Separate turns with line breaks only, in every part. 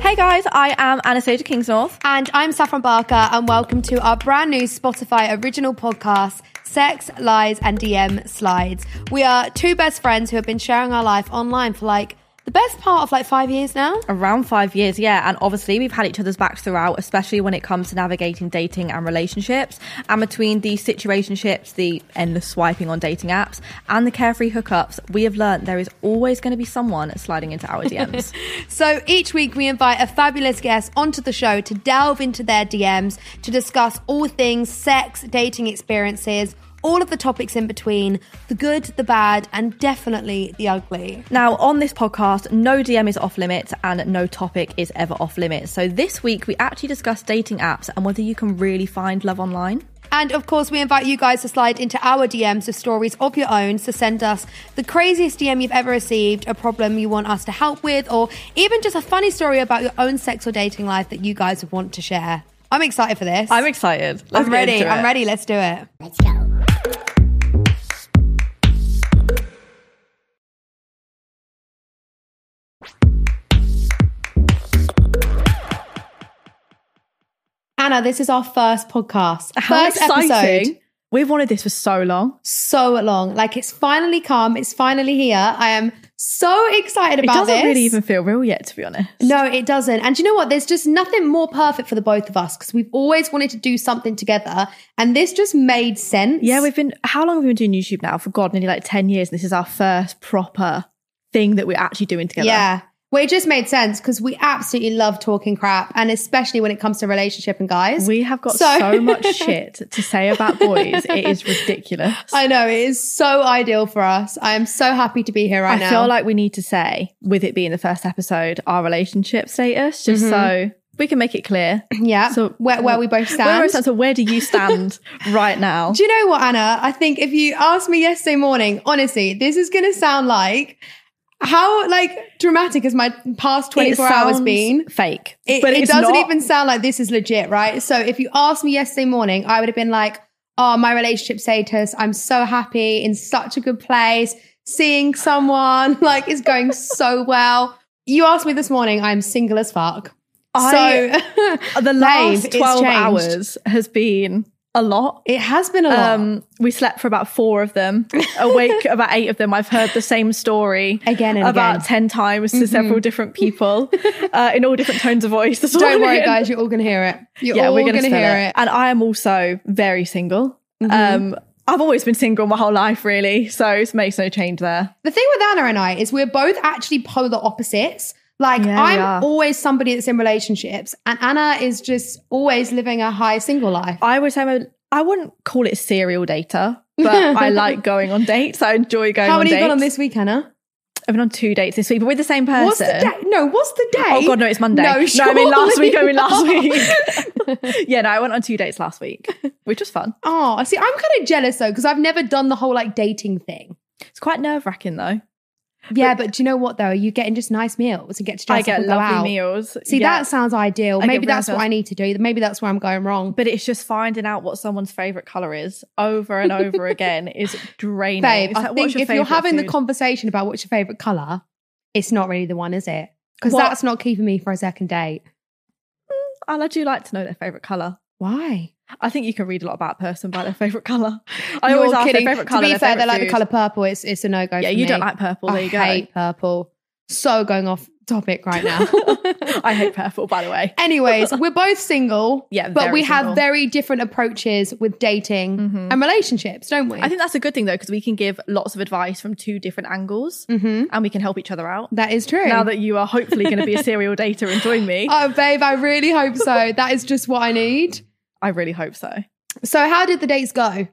Hey guys, I am Anastasia Kingsnorth.
And I'm Saffron Barker, and welcome to our brand new Spotify original podcast, Sex, Lies, and DM Slides. We are two best friends who have been sharing our life online for like the best part of like five years now.
Around five years, yeah, and obviously we've had each other's backs throughout, especially when it comes to navigating dating and relationships, and between the situationships, the endless swiping on dating apps, and the carefree hookups, we have learned there is always going to be someone sliding into our DMs.
So each week we invite a fabulous guest onto the show to delve into their DMs to discuss all things sex, dating experiences, all of the topics in between, the good, the bad, and definitely the ugly.
Now, on this podcast, no DM is off limits and no topic is ever off limits. So, this week we actually discussed dating apps and whether you can really find love online.
And of course, we invite you guys to slide into our DMs with stories of your own. So send us the craziest DM you've ever received, a problem you want us to help with, or even just a funny story about your own sex or dating life that you guys would want to share. I'm excited for this.
I'm excited. Let's get
I'm ready.
into
I'm
it.
ready. Let's do it.
Let's go.
Anna, this is our first podcast.
How
first
exciting.
episode.
We've wanted this for so long.
So long. Like it's finally come. It's finally here. I am so excited
It
about
doesn't
this.
really even feel real yet, to be honest.
No, it doesn't. And do you know what? There's just nothing more perfect for the both of us because we've always wanted to do something together. And this just made sense.
Yeah, we've been. How long have we been doing YouTube now? For God, nearly like ten years. And this is our first proper thing that we're actually doing together.
Yeah. Well, it just made sense because we absolutely love talking crap. And especially when it comes to relationship and guys.
we have got so,
So-
much shit to say about boys. It is ridiculous.
I know it is so ideal for us. I am so happy to be here right
I
now.
feel like we need to say, with it being the first episode, our relationship status, just so we can make it clear.
yeah.
So
Mm-hmm. where, where we both
Where,
stand.
we stand, so where do you stand right now?
Do you know what, Anna? I think if you asked me yesterday morning, honestly, this is going to sound like how like dramatic has my past 24
It
hours
sounds
been?
fake,
It,
but
it
it's
doesn't
not.
even sound like this is legit, right? So if you asked me yesterday morning, I would have been like, oh, my relationship status, I'm so happy, in such a good place, seeing someone, like it's going so well. You asked me this morning, I'm single as fuck.
I-
so
the
Babe,
last
it's
12
changed.
hours has been a lot.
it has been a lot.
Um, we slept for about four of them, awake about eight of them. I've heard the same story
Again and
about
again. Mm-hmm.
ten times to several different people uh, in all different tones of voice. this
Don't worry,
morning.
guys, you're all going to hear it. You're
Yeah,
all
we're
going
gonna,
to
spill
hear
it.
it. Mm-hmm.
And I am also very single. Um, I've always been single my whole life, really. So it makes no change there.
The thing with Anna and I is we're both actually polar opposites. Like
Yeah, we are.
I'm always somebody that's in relationships, and Anna is just always living a high single life.
I would say I'm a, I wouldn't call it serial data, but I like going on dates. I enjoy going
How
on
many
dates.
you got on this week, Anna?
I've been on two dates this week, but with the same person.
What's the day? No, what's the day?
Oh god, no, it's Monday.
No,
I mean last
surely
week. I mean last
not.
week. yeah, no, I went on two dates last week, which was fun.
Oh, see, I'm kind of jealous though because I've never done the whole like dating thing.
It's quite nerve wracking though.
Yeah, but do you know what though? You're getting just nice meals and get to dress
I get
up and go
lovely
out.
meals.
See,
Yeah.
that sounds ideal.
I get
Maybe
really
that's what
nice-
I need to do. Maybe that's where I'm going wrong.
but it's just finding out what someone's favorite color is over and over again is draining.
Babe,
It's
I
like, what's
think
your
if you're
favourite
having the
food?
conversation about what's your favorite color, it's not really the one, is it? Because
What-
that's not keeping me for a second date.
and I do like to know their favorite color.
Why?
I think you can read a lot about a person by their favorite color. I
You're
always ask
kidding.
their favorite color.
To be fair, they like the
food.
color purple. It's it's a no go.
Yeah, you don't like purple. There
I
you go.
hate purple. So going off topic right now.
I hate purple. By the way,
Anyways, we're both single.
Yeah,
but
very
we
single. Mm-hmm.
have very different approaches with dating and relationships, don't we?
I think that's a good thing though because we can give lots of advice from two different angles, and we can help each other out.
Mm-hmm. that is true.
now that you are hopefully going to be a serial dater and join me.
oh, babe, I really hope so. that is just what I need.
I really hope so.
So, how did the dates go?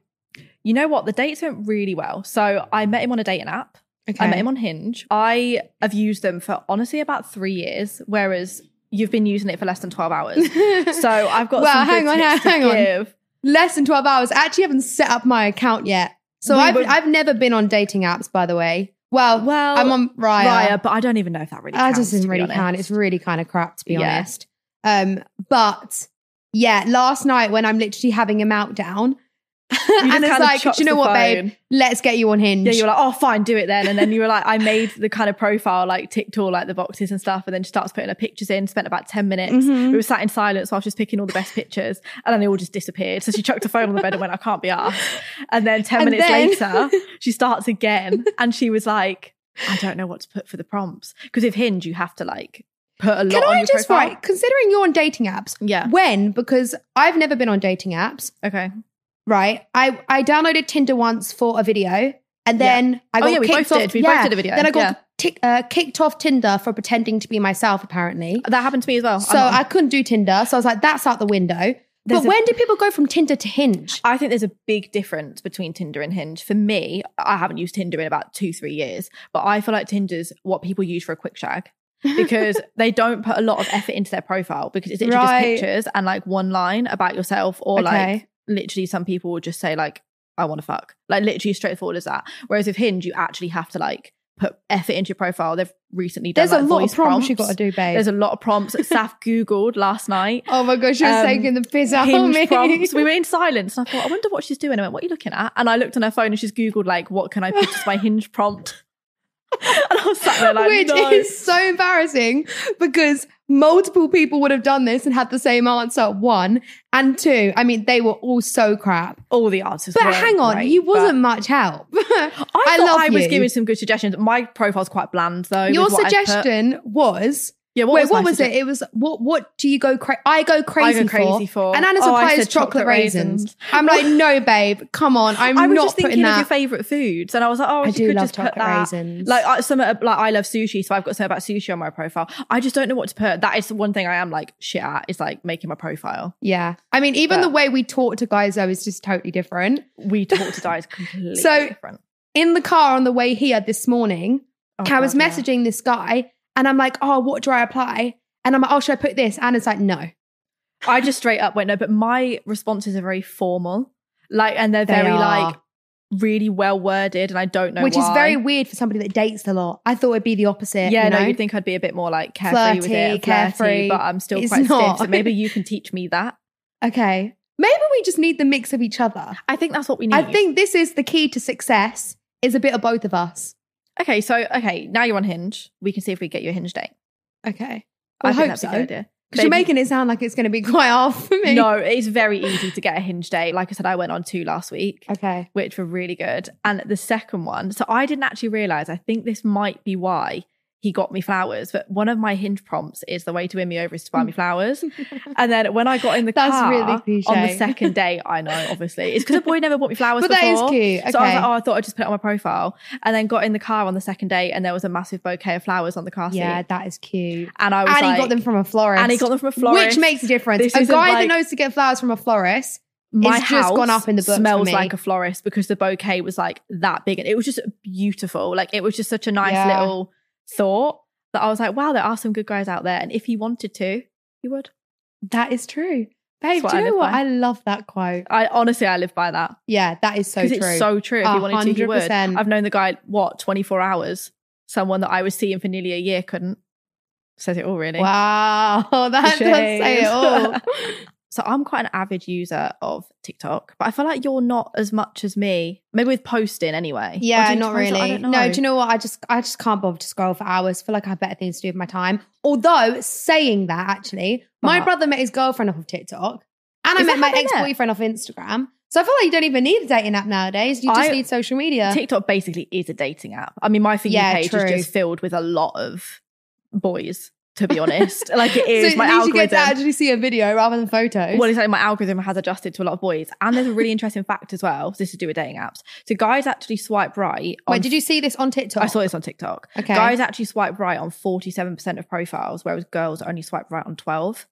You know what? The dates went really well. So I met him on a dating app. I met him on Hinge. I have used them for honestly about three years, whereas you've been using it for less than 12 hours. so I've got
Well,
some
hang
good
on,
tips to
hang on.
give.
less than 12 hours. I actually haven't set up my account yet. So
We
I've,
were-
I've never been on dating apps, by the way. Well,
Well,
I'm on Raya.
Raya, but I don't even know if that really
I
counts.
just uh, doesn't
to be
really
honest.
count. It's really kind of crap, to be
Yeah.
honest. Um, but yeah, last night when I'm literally having a meltdown,
just
and it's
kind of
like, do
chucked
you know
the
what, babe?
phone.
Let's get you on Hinge.
Yeah, you were like, oh, fine, do it then. And then you were like, I made the kind of profile, like ticked all like the boxes and stuff, and then she starts putting her pictures in. Spent about ten minutes.
Mm-hmm.
We were sat in silence while she was picking all the best pictures, and then they all just disappeared. So she chucked her phone on the bed and went, I can't be asked. And then ten
And
minutes
then-
later, she starts again, and she was like, I don't know what to put for the prompts because with Hinge you have to like put a lot
Can
on
I
your
just
profile.
write, considering you're on dating apps,
Yeah.
when? Because I've never been on dating apps,
Okay.
right? I, I downloaded Tinder once for a video and then I
Oh,
got
yeah, we both
kicked off.
did. We both did a video.
Then I got
Yeah.
tick, uh, kicked off Tinder for pretending to be myself, apparently.
That happened to me as well. Oh, I'm
So
not-
I couldn't do Tinder. So I was like, that's out the window.
There's
but
a-
when did people go from Tinder to Hinge?
I think there's a big difference between Tinder and Hinge. For me, I haven't used Tinder in about two, three years, but I feel like Tinder's what people use for a quick shag because they don't put a lot of effort into their profile because it's literally
Right.
just pictures and like one line about yourself or like
Okay.
literally some people will just say like, I want to fuck. Like literally straightforward as that. Whereas with Hinge, you actually have to like put effort into your profile. They've recently done
There's a
like,
lot of
voice
prompts, you got to do, babe.
There's a lot of prompts. Saf Googled last night
oh my gosh, you're
um,
taking the piss out of
hinge
me.
prompts. We were in silence, and I thought, I wonder what she's doing. I went, "What are you looking at?" And I looked on her phone, and she's googled like, "What can I put as my hinge prompt?" and I was sat there like,
Which
"No."
is so embarrassing because multiple people would have done this and had the same answer. One and two. I mean, they were all so crap.
all the answers.
But
weren't
hang on,
great,
you
but
wasn't much help.
I, thought
love
I was
you.
giving some good suggestions. My profile's quite bland though.
Your
with what I've put.
suggestion was
Yeah. What
wait,
was
what
my
was it? It was what? What do you go? Cra- I go
I
crazy.
go crazy for.
And Anna
Oh, I
supplies
said
chocolate, raisins. I'm like, no, babe, come on. I'm
I was
not
just thinking
putting
of your
that.
favorite foods, and I was like, "Oh,
I
she
do
could
love
just put
chocolate
that."
raisins.
Like I, some uh, like I love sushi, so I've got some about sushi on my profile. I just don't know what to put. That is the one thing I am like shit at. Is like making my profile.
yeah, I mean, even
But-
the way we talk to guys though is just totally different.
We talk to die is completely
So,
different.
in the car on the way here this morning,
Oh,
I was
God, yeah.
messaging this guy and I'm like, oh, what do I apply? And I'm like, oh, should I put this? Anna's like, no.
I just straight up went no, but my responses are very formal, like, and they're
They
very
are.
like really well worded, and I don't know
Which is
why.
very weird for somebody that dates a lot. I thought it'd be the opposite.
yeah,
you know?
no, you'd think I'd be a bit more like carefree with it,
Flirty,
and flirty,
carefree.
but I'm still
It's
quite
not.
stiff. So maybe you can teach me that.
okay. Maybe we just need the mix of each other.
I think that's what we need.
I think this is the key to success is a bit of both of us.
Okay, so okay, now you're on Hinge. We can see if we get you a Hinge date.
Okay. Well, I,
think
hope
that's a good
so.
idea.
Because you're
Maybe-
making it sound like it's going to be quite hard for me.
No, it's very easy to get a Hinge date. Like I said, I went on two last week.
Okay.
which were really good. And the second one, so I didn't actually realize, I think this might be why he got me flowers, but one of my hinge prompts is the way to win me over is to buy me flowers. and then when I got in the
That's
car
really
on the
cliche.
second day, I know, obviously, it's because a boy never bought me flowers
But that
before.
is cute. Okay.
So I was like, oh, I thought I'd just put it on my profile. And then got in the car on the second day and there was a massive bouquet of flowers on the car seat.
yeah, that is cute.
And I was
And he
like-
got them from a florist.
and he got them from a florist.
Which makes a difference.
This
A
isn't
guy
like-
that knows to get flowers from a florist.
my
It's just gone
house
up in the books for
smells
me.
like a florist because the bouquet was like that big and it was just beautiful like it was just such a nice
Yeah.
little thought that i was like wow there are some good guys out there and if he wanted to he would
That is true. Babe,
what
do
I
you know
live
what?
by.
I love that quote.
i honestly i live by that
Yeah, that is so
because
true.
it's so true if he
A
wanted to he would
100%.
i've known the guy what 24 hours someone that i was seeing for nearly a year couldn't says it all really
wow, that does say it
Shade.
all.
Oh. So I'm quite an avid user of TikTok, but I feel like you're not as much as me. Maybe with posting anyway. Or do
Yeah,
you
not
post?
really.
I don't know.
No, do you know what? I just I just can't bother to scroll for hours. Feel like I have better things to do with my time. Although saying that, actually, my
But-
brother met his girlfriend off of TikTok, and I
Is
met
that
my
how they met?
ex boyfriend off Instagram. So I feel like you don't even need a dating app nowadays. You just
I-
need social media.
TikTok basically is a dating app. I mean, my For You
Yeah,
page
true.
is just filled with a lot of boys, to be honest. like it is
so
my
at least you get to
algorithm.
actually see a video rather than photos.
Well, it's like my algorithm has adjusted to a lot of boys. And there's a really interesting fact as well. This is to do with dating apps. So guys actually swipe right. On,
Wait, did you see this on TikTok?
I saw this on TikTok.
Okay.
Guys actually swipe right on 47% of profiles, whereas girls only swipe right on 12.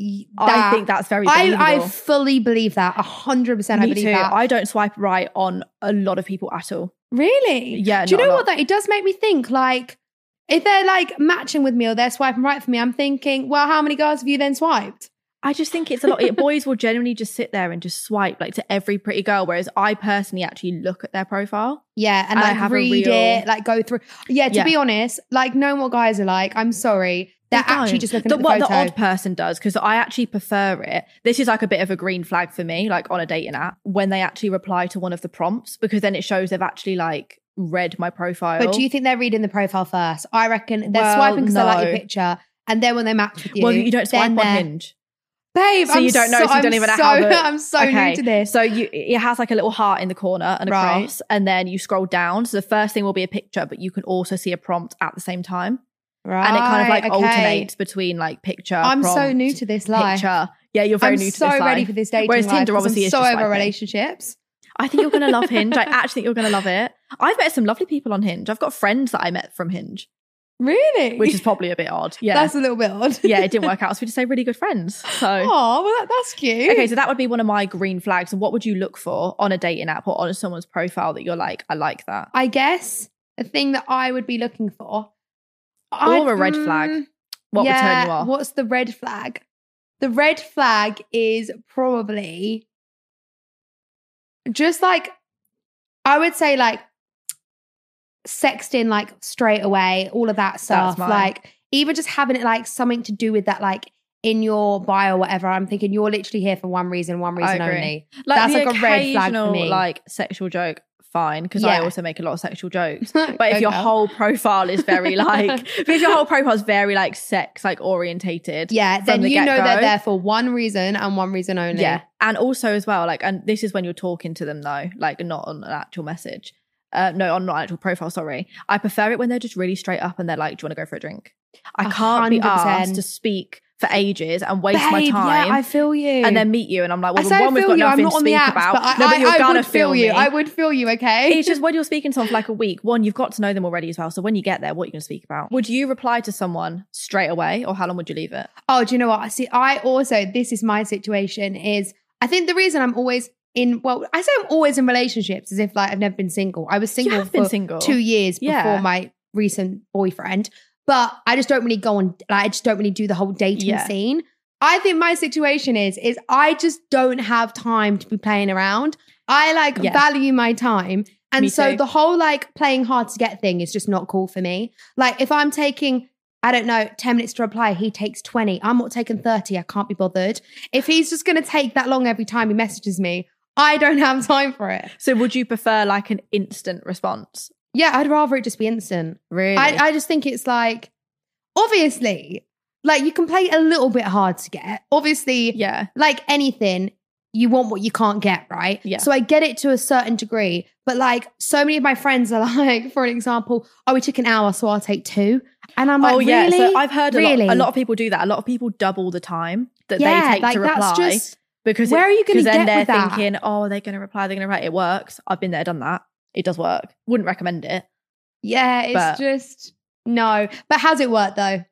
Y-
I
that-
think that's very believable.
I, I fully believe that. A hundred percent, I
Me
believe
too.
that.
I don't swipe right on a lot of people at all.
really?
Yeah,
Do you
not a
know
lot.
what though? It does make me think. Like, if they're like matching with me or they're swiping right for me, I'm thinking, well, how many girls have you then swiped?
I just think it's a lot. boys will generally just sit there and just swipe like to every pretty girl, whereas I personally actually look at their profile.
Yeah, and
I
like
have a
read
real-
it, like go through. Yeah, to
Yeah.
be honest, like knowing what guys are like, I'm sorry. They're
They
actually
don't.
just looking
the,
at the
what
photo.
the odd person does because I actually prefer it. This is like a bit of a green flag for me, like on a dating app, when they actually reply to one of the prompts because then it shows they've actually like read my profile.
But do you think they're reading the profile first? I reckon they're
Well,
swiping because they like
no.
your picture, and then when they match with you,
well, you don't swipe
then
on
they're-
Hinge,
babe.
so
I'm
you don't know.
So,
so you don't
I'm
even know
so,
how. the-
I'm so
Okay,
new to this.
So you, it has like a little heart in the corner and a
Right.
cross, and then you scroll down. So the first thing will be a picture, but you can also see a prompt at the same time,
right,
and it kind of like
okay.
alternates between like picture.
I'm so
prompt,
new to this life.
picture. Yeah, you're very
I'm
new to
so
this.
ready
life.
for this dating
Whereas
life
Tinder
'cause
obviously
I'm
is
so
just
over
swiping.
relationships.
I think you're going to love Hinge. I actually think you're going to love it. I've met some lovely people on Hinge. I've got friends that I met from Hinge,
Really?
which is probably a bit odd. Yeah.
That's a little bit odd.
yeah, it didn't work out. So we just say really good friends. So,
Oh, well, that, that's cute.
okay, so that would be one of my green flags. And what would you look for on a dating app or on someone's profile that you're like, I like that?
I guess the thing that I would be looking for.
Or a red flag.
mm,
What
yeah,
would turn you off?
What's the red flag? The red flag is probably just like, I would say, like, sexting, like, straight away, all of that stuff.
mine.
Like, even just having it, like, something to do with that, like, in your bio or whatever, I'm thinking you're literally here for one reason, one
I
reason
agree.
only.
Like
that's
the
like a red flag for
occasional,
me.
Like sexual joke, fine, because I
Yeah.
also make a lot of sexual jokes.
but
But if your whole profile is very like, but if your whole profile is very like sex, like orientated,
Yeah, then
the
you know
get-go.
they're there for one reason and one reason only.
Yeah. And also as well, like, and this is when you're talking to them though, like not on an actual message. Uh, no, on not actual profile, sorry. I prefer it when they're just really straight up and they're like, do you want to go for a drink? I
A
can't be
hundred percent.
asked to speak for ages and waste
Babe,
my time.
yeah, I feel you.
and then meet you, and I'm like,
I
well, the
say I
one we've
feel
got
you. I'm
nothing
not
to
on the
speak
apps,
about.
but
no,
I,
but you're
I, I
gonna
would feel you.
me.
I would feel you. Okay.
it's just when you're speaking to someone for like a week, one, you've got to know them already as well. So when you get there, what are you going to speak about? Would you reply to someone straight away, or how long would you leave it?
Oh, do you know what? See, I also this is my situation. Is I think the reason I'm always in. Well, I say I'm always in relationships as if like I've never been single. I was single
you have been
for
single.
two
Oh,
years
Yeah.
before my recent boyfriend, but I just don't really go on. Like, I just don't really do the whole dating
Yeah.
scene. I think my situation is is I just don't have time to be playing around. I like
Yeah.
value my time. And
Me
so
too.
the whole like playing hard to get thing is just not cool for me. Like if I'm taking I don't know, 10 minutes to reply. He takes 20. I'm not taking 30. I can't be bothered. If he's just going to take that long every time he messages me, I don't have time for it.
So would you prefer like an instant response?
Yeah, I'd rather it just be instant.
Really?
I, I just think it's like, obviously, like you can play a little bit hard to get. Obviously,
yeah.
like anything, you want what you can't get, right?
Yeah.
So I get it to a certain degree, but like so many of my friends are like, for an example, oh, we took an hour, so I'll take two. And I'm like,
oh yeah.
really?
So I've heard a
Really?
lot. A lot of people do that. A lot of people double the time that
yeah,
they take
like
to reply
that's just
because it-
where are you going
because
to get
then they're
with that?
thinking, oh, they're going to reply. They're going to reply. It works. I've been there, done that. It does work. Wouldn't recommend it.
yeah, it's
but-
just no. But how's it work though?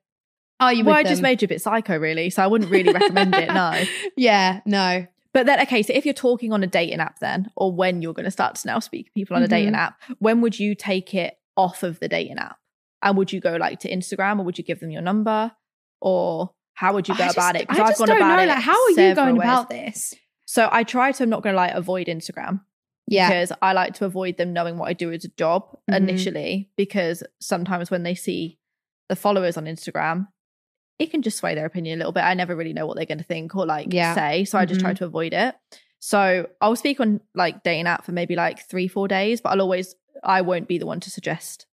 Are you?
well,
with
I just
them?
made you a bit psycho, really. So I wouldn't really recommend it. No.
Yeah, no.
But then, okay, so if you're talking on a dating app, then, or when you're going to start to now speak to people on a
Mm-hmm.
dating app, when would you take it off of the dating app? And would you go like to Instagram, or would you give them your number, or how would you
I
go
just-
about it?
I just don't know. Like, how are you
several
going
ways.
about this?
So I try to. I'm not going to like avoid Instagram
Yeah,
because I like to avoid them knowing what I do as a job
Mhm.
initially because sometimes when they see the followers on Instagram, it can just sway their opinion a little bit. I never really know what they're going to think or like
Yeah. Mm-hmm.
say, so I just try to avoid it. So I'll speak on like dating app for maybe like three, four days, but I'll always I won't be the one to suggest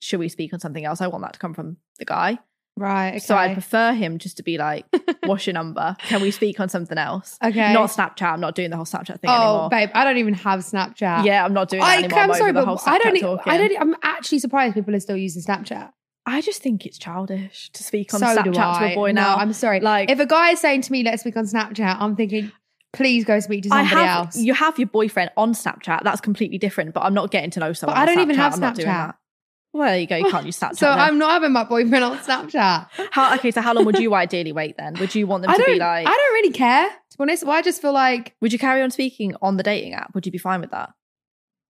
should we speak on something else. I want that to come from the guy,
right. Okay.
so I prefer him just to be like, "What's your number? Can we speak on something else?"
okay.
Not Snapchat. I'm not doing the whole Snapchat thing
oh,
anymore.
babe, I don't even have Snapchat.
Yeah, I'm not doing that
I,
anymore.
I'm
over
sorry,
the
but
whole
I don't.
Snapchat
e-
talking.
I don't. I'm actually surprised people are still using Snapchat.
I just think it's childish to speak on
so do
Snapchat to
I.
a boy
no,
now.
I'm sorry.
like-
if a guy is saying to me, "Let's speak on Snapchat," I'm thinking, "Please go speak to
I
somebody
have
else."
you have your boyfriend on Snapchat. That's completely different. But I'm not getting to know someone.
I
on
don't even have
I'm not doing
Snapchat.
that. Well, there you go. You can't use Snapchat.
so
now.
I'm not having my boyfriend on Snapchat.
How, okay, so how long would you ideally wait then? Would you want them
I
to
don't.
be like?
I don't really care. To be honest, well, I just feel like
would you carry on speaking on the dating app? Would you be fine with that?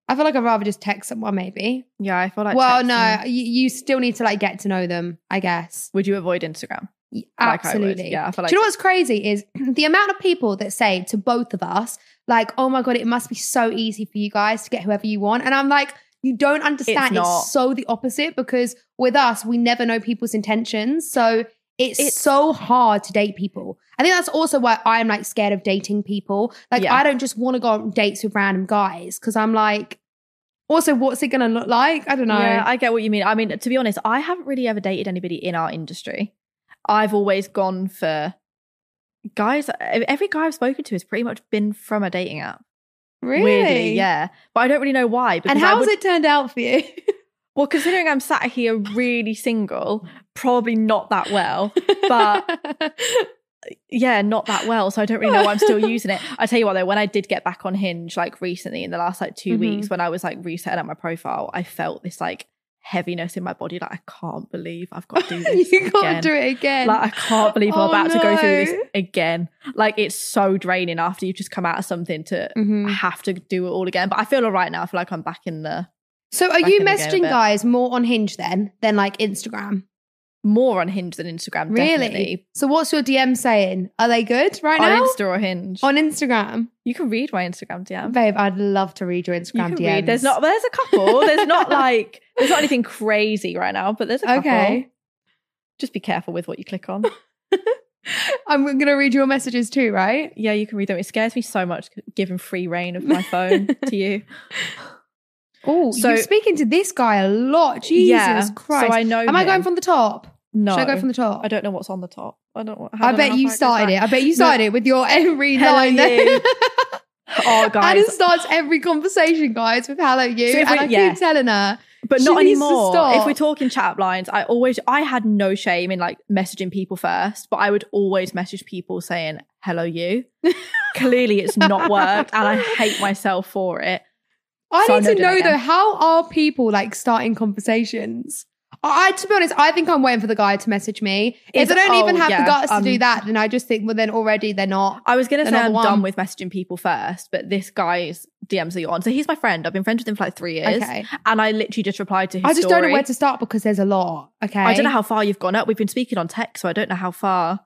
I feel like I'd rather just text someone. Maybe.
Yeah, I feel like.
well,
texting-
no, you, you still need to like get to know them. I guess.
Would you avoid Instagram?
Y-
Like I would.
Absolutely.
Yeah, I feel like-
Do you know what's crazy is the amount of people that say to both of us, like, oh my God, it must be so easy for you guys to get whoever you want. And I'm like, you don't understand. It's,
not.
so the opposite because with us, we never know people's intentions. So It's,
It's-
so hard to date people. I think that's also why I'm like scared of dating people. Like
Yeah.
I don't just want to go on dates with random guys because I'm like, also what's it gonna look like? I don't know.
Yeah, I get what you mean. I mean, to be honest, I haven't really ever dated anybody in our industry. I've always gone for guys. Every guy I've spoken to has pretty much been from a dating app.
really?
Weirdly, yeah. But I don't really know why. Because
And
I
how's
would-
it turned out for you?
Well, considering I'm sat here really single, probably not that well. But- Yeah, not that well. So I don't really know why I'm still using it. I tell you what, though, when I did get back on Hinge, like recently in the last like 2
Mhm.
weeks, when I was like resetting up my profile, I felt this like heaviness in my body. Like, I can't believe I've got to do this.
you can't
again.
do it again.
Like, I can't believe I'm
Oh,
about to go through this
no.
again. Like, it's so draining after you've just come out of something to
Mhm.
have to do it all again. But I feel all right now. I feel like I'm back in the
So
back
are
in the
you
game a
messaging
bit.
guys more on Hinge then than like Instagram?
more on Hinge than Instagram.
Really?
Definitely.
So what's your DM saying? Are they good right
on
now?
Insta or Hinge. Mm,
on Instagram.
you can read my Instagram DM.
Babe, I'd love to read your
You
Instagram
can
DMs.
read. There's not. There's a couple. There's not like. There's not anything crazy right now, but there's a couple.
Okay.
Just be careful with what you click on.
I'm going to read your messages too, right?
Yeah, you can read them. It scares me so much giving free reign of my phone to you.
Oh,
So-
you're speaking to this guy a lot. Jesus
yeah.
Christ.
So I know.
Am I going from the top?
No.
Should I go from the top?
I don't know what's on the top. I don't. I,
I,
don't know
bet
how
you
far goes
started
back.
it. I bet you started it with your every
Hello
line.
you. Oh, guys.
Adam starts every conversation, guys, with hello you.
So if
and
we-
I
yeah.
keep telling her.
But
She
not
needs to
anymore.
stop.
If we're talking chat up lines, I always I had no shame in like messaging people first, but I would always message people saying hello you. Clearly, it's not worked, and I hate myself for it.
I
So I
need
know
to
do that
know
again.
though, how are people like starting conversations? I, I- to be honest, I think I'm waiting for the guy to message me. If
Is-
they don't
oh,
even have
yeah,
the guts
um,
to do that, then I just think, well, then already they're not.
I was gonna
They're
say
not the
I'm
one.
done with messaging people first, but this guy's DMs are on. So he's my friend. I've been friends with him for like three years,
Okay.
and I literally just replied to his.
I just don't
story.
know where to start because there's a lot. Okay.
I don't know how far you've gone up. We've been speaking on text, so I don't know how far.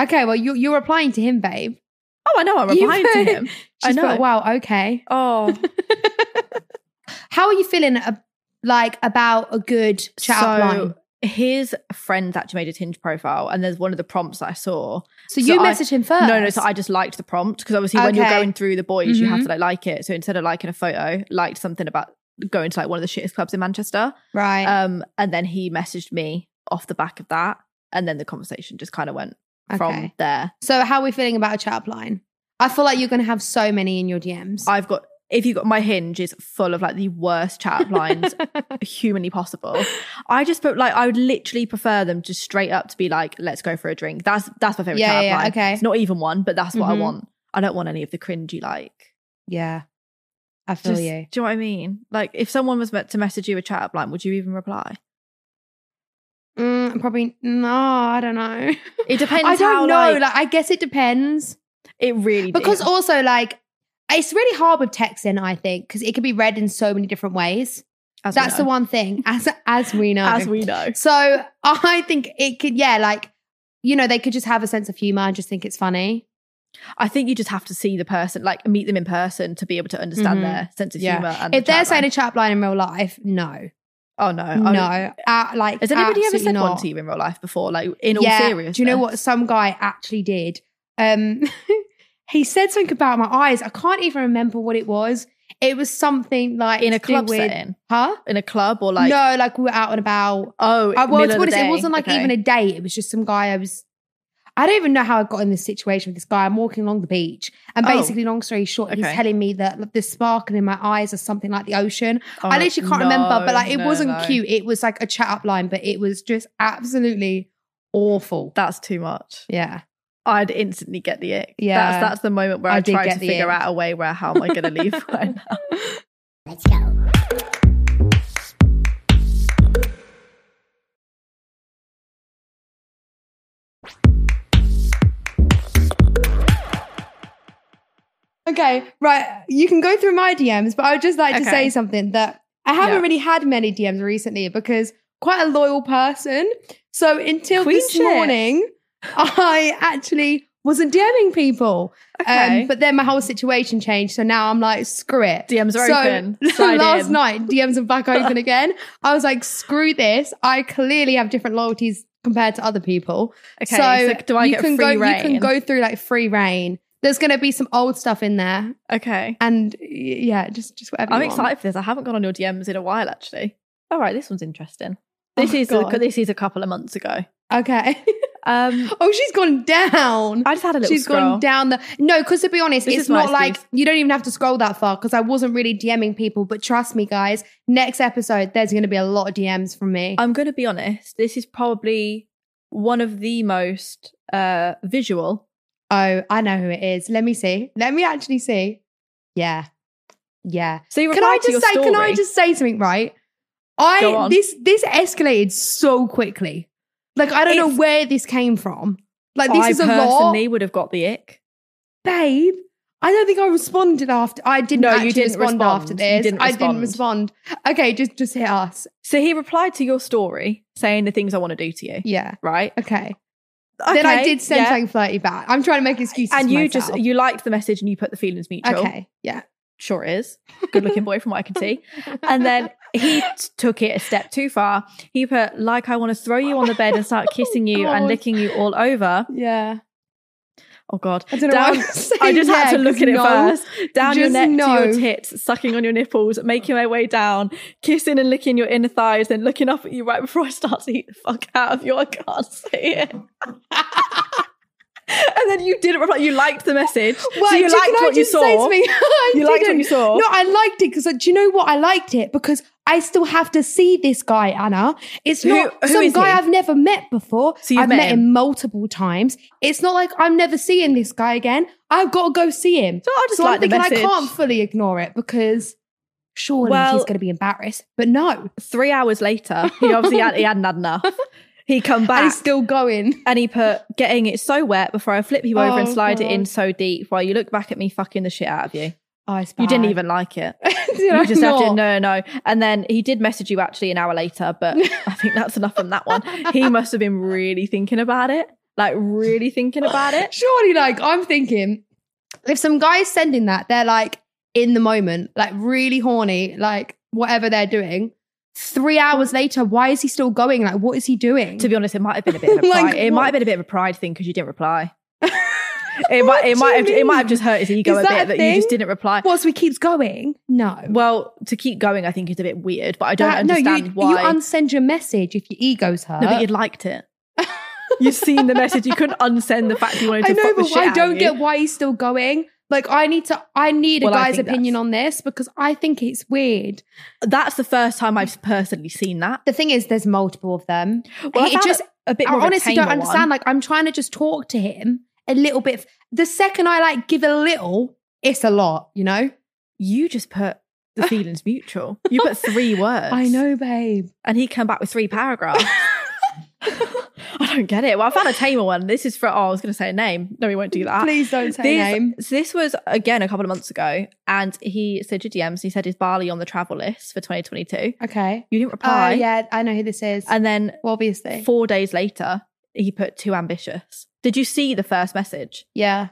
Okay, well, you, you're replying to him, babe.
Oh, I know. I'm
You
replying to
put-
him. I
She's
know.
Put, wow, okay.
Oh,
How are you feeling uh, like about a good chat up line?
His friends actually made a Tinge profile, and there's one of the prompts that I saw.
So you
so I-
message him first.
No, no, so I just liked the prompt because obviously when you're
Okay. Mm-hmm.
going through the boys, you have to like like it. So instead of liking a photo, liked something about going to like one of the shittest clubs in Manchester.
Right.
Um, and then he messaged me off the back of that, and then the conversation just kind of went uh, from
Okay.
there.
so how are we feeling about a chat up line? I feel like you're going to have so many in your DMs.
I've got if you got my hinge is full of like the worst chat up lines humanly possible. I just put like I would literally prefer them just straight up to be like, let's go for a drink. That's that's my favorite
Yeah,
chat up
yeah,
line.
okay.
It's not even one, but that's what I
Mhm.
want. I don't want any of the cringy like.
Yeah. I feel
Just, do
you.
you know what I mean? Like, if someone was meant to message you a chat up line, would you even reply?
Mm, probably no, I don't know.
It depends.
I
how,
don't know. Like,
Like,
I guess it depends.
it really
Because
it-
also like it's really hard with texting, I think, because it can be read in so many different ways.
as we
That's
know.
the one thing. As as we know.
As we know,
So I think it could, yeah, like, you know, they could just have a sense of humor and just think it's funny.
I think you just have to see the person, like meet them in person, to be able to understand
Mhm.
their sense of
Yeah.
humor. And
If
the
they're
chat
saying
line.
a chat line in real life, no.
"Oh no, I
no.
would-
Uh, like,
Has anybody ever
absolutely
said
not.
one to you in real life before? Like in all
yeah.
seriousness?
Do you know what some guy actually did? Um, he said something about my eyes. I can't even remember what it was. It was something like
In a
to do
club
with,
setting,
huh?
in a club or like
no, like we were out and about.
oh,
I, well,
middle of the
to be honest,
day.
it wasn't like
Okay.
even a date. It was just some guy I was. I don't even know how I got in this situation with this guy. I'm walking along the beach, and
Oh.
basically, long story short, he's
Okay.
telling me that like, the sparkle in my eyes is something like the ocean.
Oh,
I literally can't remember,
no,
but like it
no,
wasn't
no.
cute. It was like a chat up line, but it was just absolutely awful.
That's too much.
yeah.
I'd instantly get the ick.
Yeah.
that's, that's the moment where I,
I did
try
get
to
the
figure
ick.
out a way where how am I going to leave right now.
Let's go.
Okay, right. You can go through my DMs, but I would just like
Okay.
to say something that I haven't
Yeah.
really had many DMs recently because quite a loyal person. So until
Queen
this
shit.
morning, I actually wasn't DMing people. Um,
Okay.
but then my whole situation changed. So now I'm like, screw it.
DMs are
so
open. Slide
last
in.
night, DMs are back open again. I was like, screw this. I clearly have different loyalties compared to other people.
Okay, so do I
you
get
can
free
go, You
reign?
can go through like free reign. There's going to be some old stuff in there,
Okay.
and y- yeah, just just whatever.
I'm
you want.
excited for this. I haven't gone on your DMs in a while, actually. All right, this one's interesting. This
Oh,
is
God.
a, this is a couple of months ago.
Okay.
Um,
oh, she's gone down.
I just had a little
She's
scroll.
gone down the no. Because to be honest,
This
it's
is
not
MySpace.
like you don't even have to scroll that far. Because I wasn't really DMing people, but trust me, guys. Next episode, there's going to be a lot of DMs from me.
I'm going to be honest. This is probably one of the most uh, visual.
oh, I know who it is. Let me see. Let me actually see. Yeah, yeah.
So you
Can I
replied to your
just say? Can I
story.
just say something? Right.
Go
I
on.
this this escalated so quickly. Like I don't know
It's-
where this came from. Like this
I
is a lot,
personally would have got the ick.
babe. I don't think I responded after. I didn't.
No, you
actually
didn't
respond,
respond.
after
You
this.
didn't
I didn't respond. Okay, just just hit us.
So he replied to your story saying the things I want to do to you,
Yeah.
right?
Okay. Then I
Okay,
did send
yeah.
something flirty back. I'm trying to make excuses.
And
for
you
myself.
just you liked the message and you put the feelings mutual.
okay. Yeah.
Sure is. Good looking boy from what I can see. And then he t- took it a step too far. He put like I want to throw you on the bed and start kissing you and
Oh, God.
licking you all over.
yeah.
Oh god.
I don't know.
Down-
why I'm saying
I just had
yeah,
to look
'cause
at it
no.
first. Down your
Just
neck to
no.
your tits, sucking on your nipples, making my way down, kissing and licking your inner thighs, then looking up at you right before I start to eat the fuck out of you. I can't see it. and then you didn't reply. You liked the message.
Well,
so you
do-
liked
can I
what you
just say
saw.
something? I
You liked what
didn't.
you saw.
No, I liked it because do you know what? I liked it because I still have to see this guy, Anna. It's
Who-
not
who
some
is
guy
he?
I've never met before.
So you've
I've
met
met,
him.
him. multiple times. It's not like I'm never seeing this guy again. I've got to go see him.
So I just
So
like
I'm thinking
the
I
message.
can't fully ignore it because surely
Well-
he's going to be embarrassed. But no,
Three hours later, he obviously had, he hadn't had enough. He come
and
back
he's still going.
and he put getting it so wet before I flip you over and
Oh,
slide it in
God.
so deep while you look back at me fucking the shit out of you.
Oh, it's
You didn't
bad.
even like it.
Did I
you just have to
not?
no no and then he did message you actually an hour later but i think that's enough on that one he must have been really thinking about it like really thinking about it
Surely, like, I'm thinking if some guy's sending that, they're like in the moment, like really horny, like whatever they're doing. Three hours later, why is he still going? Like, what is he doing?
to be honest it might have been a bit of a pride
Like,
it
what?
might have been a bit of a pride thing because you didn't reply it might it
do
might
you
have it might
mean?
have just hurt his ego
Is
a
that
bit
a
that you just
thing?
didn't reply
Whilst we keeps going, no.
well to keep going i think is a bit weird but i don't
That-
understand
no, you,
why
you unsend your message if your ego's hurt.
no but you'd liked it you've seen the message you couldn't unsend the fact you wanted to
I know,
fuck the
but
shit
I
out of
don't
you.
get why he's still going. Like, I need to. I need a
Well, I
guy's
think
opinion
that's-
on this because I think it's weird.
that's the first time i've personally seen that
The thing is, there's multiple of them.
well,
It
I found
just-
it a bit
I
more of a
honestly don't
tamer one.
understand. Like, I'm trying to just talk to him a little bit. The second I like give a little, it's a lot, you know?
you just put the feelings mutual. You put three words.
I know, babe.
And he came back with three paragraphs. I don't get it. Well, I found a tamer one. This is for, oh, I was going to say a name. No, we won't do that.
Please don't say
This-
name.
So this was, again, a couple of months ago. And he said to DMs, he said, is Bali on the travel list for 2022?
Okay.
You didn't
Oh,
reply.
yeah, I know who this is.
And then
Obviously.
four days later, he put too ambitious. Did you see the first message
yeah.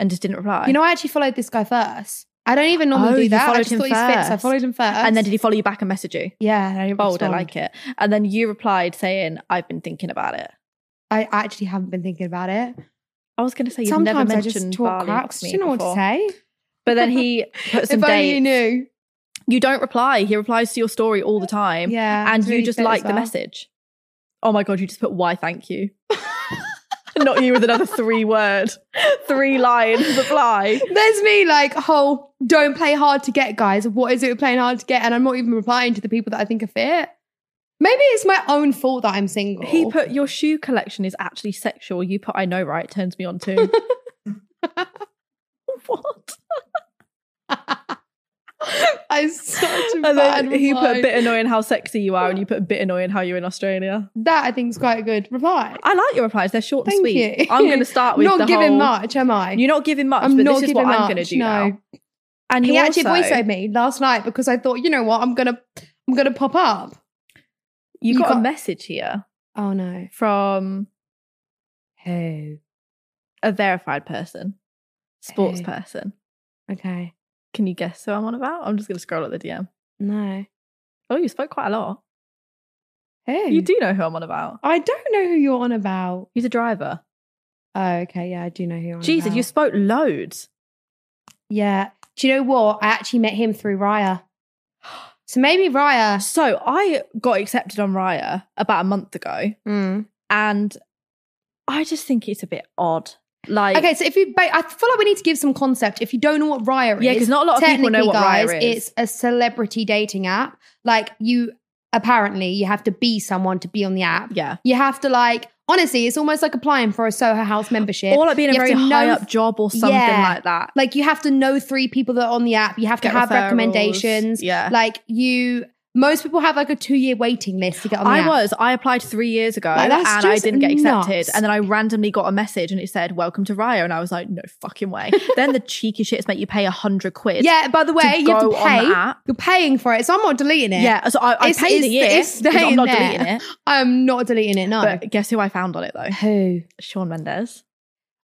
and just didn't reply?
You know, I actually followed this guy first. I don't even normally
Oh, you
do that.
followed
I just
him
thought he's fit, so I
first.
followed him first.
and then did he follow you back and message you?
yeah, and I didn't
Bold, I
respond.
like it. And then you replied saying, I've been thinking about it.
I actually haven't been thinking about it.
I was going to say you've never
Sometimes I
mentioned
just
Bali
talk crap. 'cause
to me
You know what to
before.
say.
But then he put some
If only you
dates. You,
knew.
don't reply. He replies to your story all the time,
Yeah,
and
it's really
you just
fit as
like the
well.
message. Oh my god! You just put why? Thank you. Not you with another three word, three line reply.
There's me like whole don't play hard to get guys. What is it with playing hard to get? And I'm not even replying to the people that I think are fit. Maybe it's my own fault that I'm single.
He put your shoe collection is actually sexual. You put I know right turns me on too. what?
I'm such a
And
bad
then he put
reply.
a bit annoying how sexy you are, and you put a bit annoying how you're in Australia.
that I think's quite a good reply.
I like your replies. They're short and
Thank
sweet.
you.
I'm going to start with the
not giving
whole-
much, am I?
You're not giving much,
I'm
but
not
this is
giving
what I'm
much.
going to do
no.
now. And
He
you
actually
also,
voice over me last night because I thought, you know what, I'm gonna I'm gonna pop up.
you
you
got a
got-
message here
Oh no.
from
Who?
a verified person, sports
Hey.
person.
Okay.
Can you guess who I'm on about? I'm just going to scroll at the DM.
No.
Oh, you spoke quite a lot.
Who?
You do know who I'm on about.
I don't know who you're on about.
He's a driver.
Oh, okay. Yeah, I do know who you're on
Jesus,
about.
you spoke loads.
Yeah. Do you know what? I actually met him through Raya. So maybe Raya.
So I got accepted on Raya about a month ago,
Mm.
and I just think it's a bit odd. Like,
Okay, so if you, ba- I feel like we need to give some concept. If you don't know what Raya is,
yeah, because not a lot of people
technically,
know what
guys,
Raya is.
it's a celebrity dating app. Like you, apparently, you have to be someone to be on the app.
yeah,
You have to like, honestly, it's almost like applying for a Soho House membership.
or like being a
you have
very
to know-
high up job or something
Yeah.
like that.
like you have to know three people that are on the app. You have to
Get
have
referrals.
recommendations.
Yeah,
Like you, most people have like a two-year waiting list to get on the
I
app.
was. I applied three years ago
oh, Like, that's
and I
just
didn't get accepted.
nuts.
And then I randomly got a message and it said, Welcome to Raya. And I was like, No fucking way. then the cheeky shits make you pay a hundred quid.
Yeah. By the way, you
go
have to
on the
pay.
app.
You're paying for it, so I'm not deleting it.
Yeah. So I, I
It's-
paid
it's-
a year.
it's
'cause I'm
staying
not
there.
deleting it.
I'm not deleting it. No.
But guess who I found on it though?
Who?
Sean Mendes.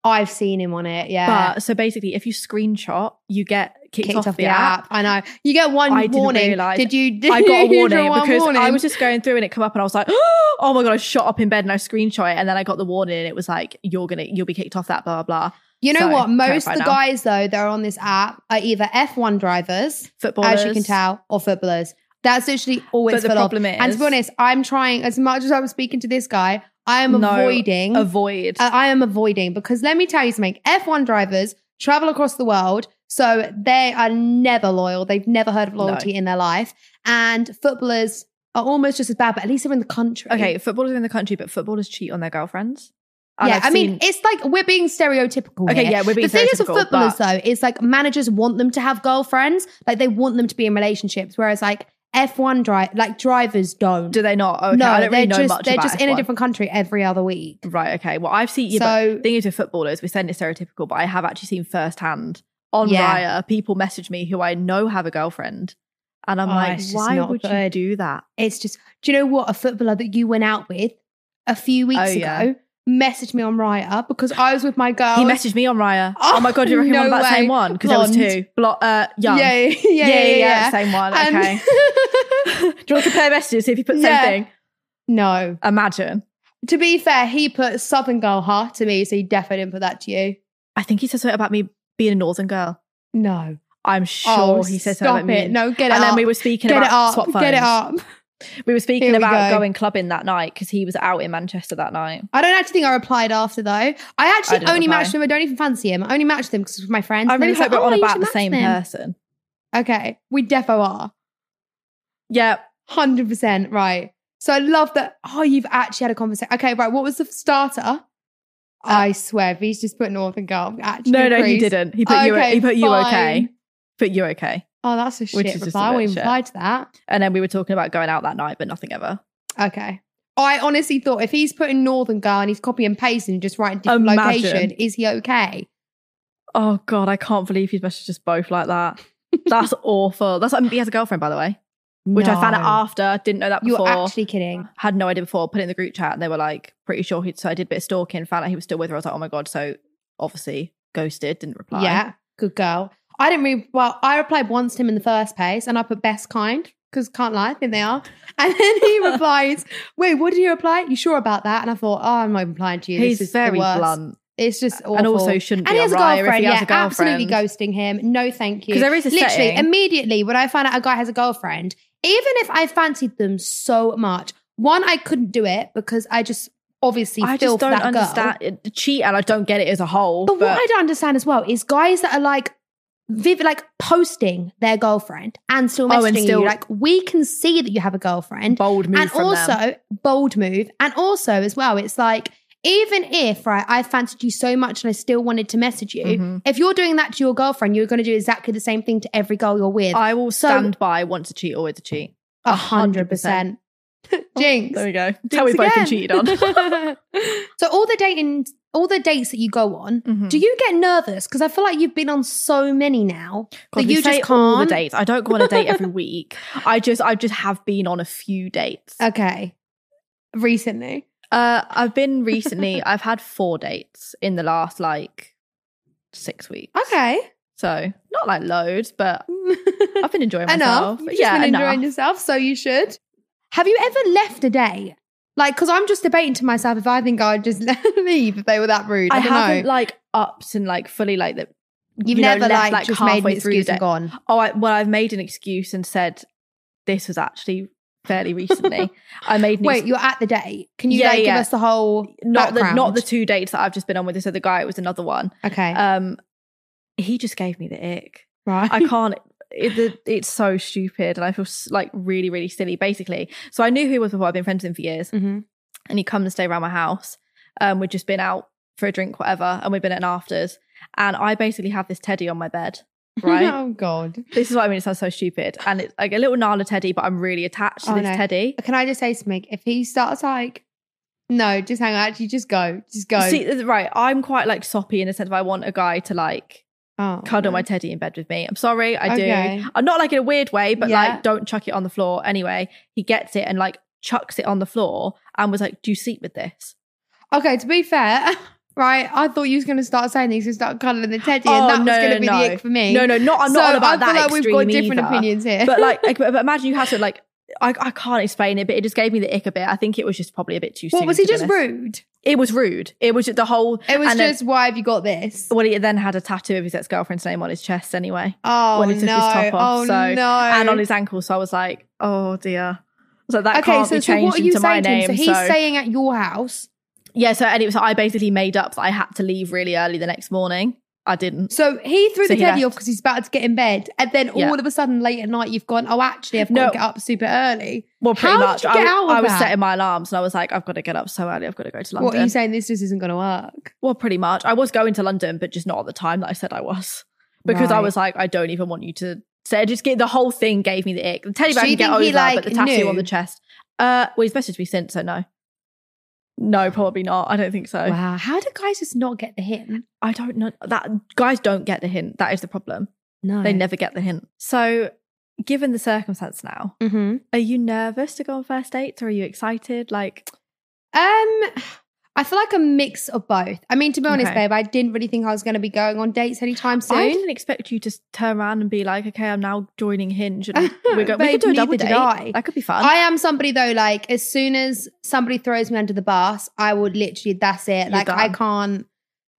I've seen him on it. Yeah.
But so basically, if you screenshot, you get kicked,
kicked off, the, app. I know. You get one
I didn't
warning.
realise.
Did you? Did
I got a
you
warning
draw one
because I
warning?
was just going through and it come up and I was like, oh my god, I shot up in bed and I screenshot it and then I got the warning and it was like, you're gonna, you'll be kicked off that blah blah.
You know
so
what? Most
terrified
of the
now.
guys though that are on this app are either F1 drivers,
Football,
as you can tell, or footballers. That's literally
But
always
the
full of.
problem is,
And to be honest, I'm trying as much as I'm speaking to this guy. I am
No,
avoiding.
avoid.
Uh, I I am avoiding because let me tell you something. F1 drivers travel across the world, so they are never loyal. They've never heard of
No.
loyalty in their life, and footballers are almost just as bad. But at least they're in the country.
okay, footballers are in the country, but footballers cheat on their girlfriends. And
yeah,
I've
I mean,
seen-
it's like we're being stereotypical.
okay,
here.
yeah, we're being
The thing is with
stereotypical,
footballers
but
though is like managers want them to have girlfriends, like they want them to be in relationships, whereas like F1 drive like drivers don't.
do they not? Oh, okay,
no,
I don't really
they're
know
just
much.
they're
about
just in a
F1.
different country every other week.
Right. Okay. Well, I've seen. Yeah, but
so
the thing is with footballers, we're saying it's stereotypical, but I have actually seen firsthand on
Yeah.
Raya people message me who I know have a girlfriend, and I'm
Oh,
like,
it's just
why
not
would you
good.
do that?
it's just do you know what a footballer that you went out with a few weeks
Oh,
ago
yeah.
messaged me on Raya because I was with my girl.
He messaged me on Raya.
Oh,
Oh, my god, you reckon
no
one about the
way.
same one? Because there was
Blonde.
two. Blo- uh, young.
yeah, yeah, yeah, yeah, yeah.
Same one.
And-
Okay. Do you want to compare messages? See if you put the
Yeah.
same thing.
no.
Imagine.
To be fair, he put Southern girl heart to me, so he definitely didn't put that to you.
I think he says something about me being a northern girl.
No.
I'm sure
oh,
he says something
stop
about me.
it. No, get it
and
up.
then we were speaking
get it
about
up.
swap phones.
Get it up.
We were speaking
Here we
about
go.
going clubbing that night because he was out in Manchester that night.
I don't actually think I replied after though. I actually
didn't
only
reply.
matched them. I don't even fancy him. I only matched them because of my friends.
I
and they
really
was
hope
like,
we're on
"Oh, you
about
should
the
match
same
them."
person.
Okay, we defo are.
Yeah.
Hundred percent right. So I love that. Oh, you've actually had a conversation. Okay, right. What was the starter?
Uh,
I swear, if he's just put North and Girl. Actually,
No, no, he
agrees.
didn't. He put you.
Okay,
He put you okay.
fine.
Put you okay.
Oh, that's a
Which is
shit
just a
reply. I
bit
wouldn't
shit.
reply to that.
And then we were talking about going out that night, but nothing ever.
Okay. I honestly thought if he's putting Northern Girl and he's copy and pasting and just writing different
Imagine.
location, is he okay?
Oh god, I can't believe he's messaged us both like that. That's awful. That's um, he has a girlfriend, by the way, which I found out
No.
after. Didn't know that
You're
before.
actually kidding.
had no idea before. Put it in the group chat, and they were like, pretty sure he. So I did a bit of stalking, found out he was still with her. I was like, oh my god. So obviously ghosted, didn't reply.
Yeah, good girl. I didn't really, well, I replied once to him in the first place and I put best kind because can't lie, I think they are. And then he replies, Wait, what did you reply? You sure about that? And I thought, Oh, I'm not replying to you.
he's
this is
very
the worst.
blunt,
It's just awful.
and also shouldn't
and
be
he has a
on Raya if
girlfriend.
he
yeah,
has a girlfriend.
absolutely ghosting him. No, thank you.
Because there is a
Literally,
setting.
immediately when I found out a guy has a girlfriend, even if I fancied them so much, one, I couldn't do it because I just obviously
I
feel
just
for
don't
that girl.
understand it- cheat, and I don't get it as a whole.
But, what I don't understand as well is guys that are like, vivid, like posting their girlfriend and still messaging
Oh, and still-
you. Like we can see that you have a girlfriend,
bold move
and
from
also
them.
bold move, and also as well, it's like even if right, I fancied you so much and I still wanted to message you.
Mhm.
If you're doing that to your girlfriend, you're going to do exactly the same thing to every girl you're with.
I will
So-
stand by once a cheat, always a cheat.
A hundred percent. Jinx.
There we go. Tell we
Jinx
both
again.
been cheated on.
so all the dating, all the dates that you go on,
Mhm.
do you get nervous? Because I feel like you've been on so many now
God,
that
we
you
say
just
all the
can't.
dates. I don't go on a date every week. I just, I just have been on a few dates.
Okay. Recently.
Uh, I've been recently. I've had four dates in the last like six weeks.
Okay.
So not like loads, but I've been enjoying myself.
enough. You've just
yeah,
been
enough.
enjoying yourself, so you should. Have you ever left a day? Like, because I'm just debating to myself if I think I'd just leave if they were that rude. I,
I,
don't
haven't
know.
like upped and like fully like that.
You've
you know,
never
left,
like,
like,
just made an
halfway through the
excuse and
day.
gone.
Oh, I, well, I've made an excuse and said this was actually fairly recently. I made an
Wait, you're at the date. Can you
Yeah,
like give
yeah.
us the whole
not the
background?
not the two dates that I've just been on with this other guy. It was another one.
okay
Um, he just gave me the ick.
Uh, right
I can't. It, the, it's so stupid, and I feel s- like really, really silly. Basically, so I knew who he was before. I've been friends with him for years,
Mhm.
and he come and stay around my house. Um, we'd just been out for a drink, whatever, and we've been at an afters. And I basically have this teddy on my bed, right?
oh god.
This is what I mean. It sounds so stupid, and it's like a little Nala teddy, but I'm really attached to
Oh,
this
no.
teddy.
Can I just say something? If he starts like, no, just hang on. Actually, just go, just go.
See, th- right? I'm quite like soppy in the sense of I want a guy to like
oh,
cuddle my teddy in bed with me. I'm sorry, I
Okay.
do. I'm not like in a weird way, but
Yeah.
like don't chuck it on the floor. Anyway, he gets it and like chucks it on the floor and was like, "Do you sleep with this?"
Okay, to be fair, right? I thought you was going to start saying these and start cuddling the teddy, and
Oh,
that
no,
was
no,
going to be
no.
the ick for me.
No, no, not. I'm
so
not all about
I feel
that.
like we've got
extreme
different
either.
opinions here.
but like, like, but but imagine you had to like. I, I can't explain it, but it just gave me the ick a bit. I think it was just probably a bit too soon.
what was he
to be
just
honest.
rude?
It was rude. It was the whole.
It was
and then-
just why have you got this?
Well, he then had a tattoo of his ex girlfriend's name on his chest anyway,
Oh
when he took his
no!
top off,
oh
so-
no!
and on his ankle. So I was like, oh dear. So that
okay,
can't
so,
be
so
changed
what are you
into my
saying to him?
name.
so he's saying at your house.
Yeah, so and it was I basically made up that I had to leave really early the next morning. I didn't.
So he threw
So
the
he
teddy
left.
off because he's about to get in bed, and then
Yeah.
all of a sudden, late at night, you've gone. Oh, actually, I've got
No.
to get up super early.
Well, pretty
How did
much.
you
I,
get out of
I was
that?
setting my alarms and I was like, I've got to get up so early. I've got to go to London.
What are you saying? This just isn't going to work.
Well, pretty much. I was going to London, but just not at the time that I said I was because I
Right.
was like, I don't even want you to say. Just get the whole thing gave me the ick. The teddy
So
bear I
you
can get
think
over,
he, like,
but the tattoo on
knew?
the chest. Uh, well, he's messaged me since, so no. No, probably not. I don't think so.
Wow, how do guys just not get the hint?
I don't know that guys don't get the hint. That is the problem.
No,
They never get the hint. So, given the circumstance now,
Mm-hmm.
Are you nervous to go on first dates or are you excited? Like,
Um, I feel like a mix of both. I mean, to be honest,
Okay.
babe, I didn't really think I was going to be going on dates anytime
I
soon.
didn't expect you to s- turn around and be like, okay, I'm now joining Hinge and we're go- we
Babe,
could do a double
neither
date.
did I.
That could be fun.
I am somebody though, like as soon as somebody throws me under the bus, I would literally that's it.
You're
like I
done.
can't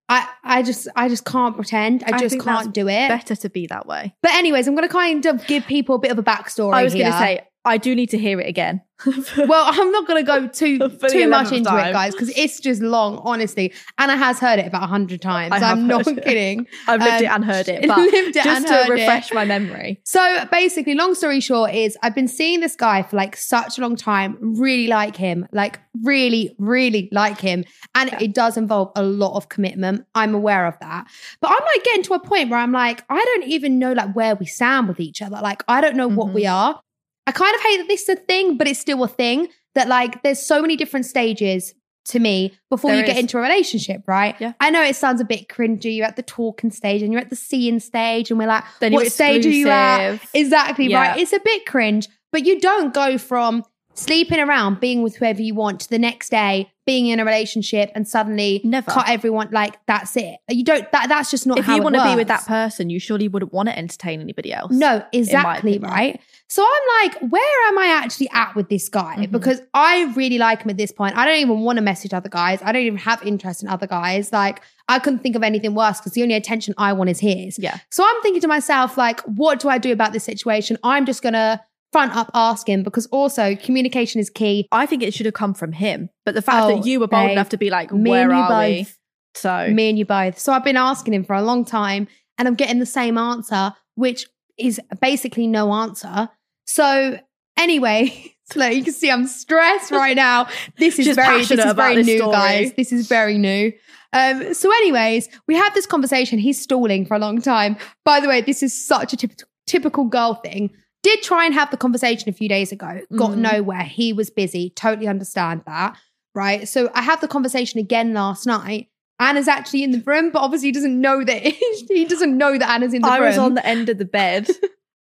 I I just I just can't pretend. I
I
just
think
can't
that's
do it.
Better to be that way.
But anyways, I'm gonna kind of give people a bit of a backstory.
I was going to
here.
say, I do need to hear it again.
Well, I'm not gonna go too
For the
too much
11th
into it,
time.
guys, because it's just long, honestly. Anna has heard it about a hundred times.
I have
I'm not
heard it.
kidding.
I've lived it
um,
and heard it, but
Lived it
just
and
to
heard it.
refresh my memory.
So basically, long story short is I've been seeing this guy for like such a long time, really like him, like really, really like him. And it does involve a lot of commitment. I'm aware of that. But I'm like getting to a point where I'm like, I don't even know like where we stand with each other. Like, I don't know what
Mhm.
we are. I kind of hate that this is a thing, but it's still a thing that like there's so many different stages to me before
There
you get
is.
into a relationship, right?
Yeah.
I know it sounds a bit cringy. You're at the talking stage and you're at the seeing stage, and we're like,
Then
what
you're
stage are you at?
exclusive.
Exactly
Yeah.
right. It's a bit cringe, but you don't go from sleeping around, being with whoever you want, to the next day being in a relationship and suddenly
Never.
cut everyone. Like that's it. You don't. That that's just not
If
how
you
want
want to be with that person, you surely wouldn't want to entertain anybody else.
No, exactly
opinion.
right. So I'm like, where am I actually at with this guy?
Mhm.
Because I really like him at this point. I don't even want to message other guys. I don't even have interest in other guys. Like I couldn't think of anything worse because the only attention I want is his.
Yeah.
So I'm thinking to myself, like, what do I do about this situation? I'm just gonna front up ask him because also communication is key.
I think it should have come from him. But the fact
Oh,
that you were bold
babe.
enough to be like,
Me
where
and you
are we?
both.
So,
Me and you both. So I've been asking him for a long time and I'm getting the same answer, which is basically no answer. So anyway, like you can see I'm stressed right now. This is
She's
very this
passionate
is
about
very
this
new,
story.
guys. This is very new. Um, so, anyways, we have this conversation. He's stalling for a long time. By the way, this is such a typ- typical girl thing. Did try and have the conversation a few days ago, got
Mhm.
nowhere. He was busy. Totally understand that. Right. So, I had the conversation again last night. Anna's actually in the room, but obviously he doesn't know that he doesn't know that Anna's in the
I
room.
was on the end of the bed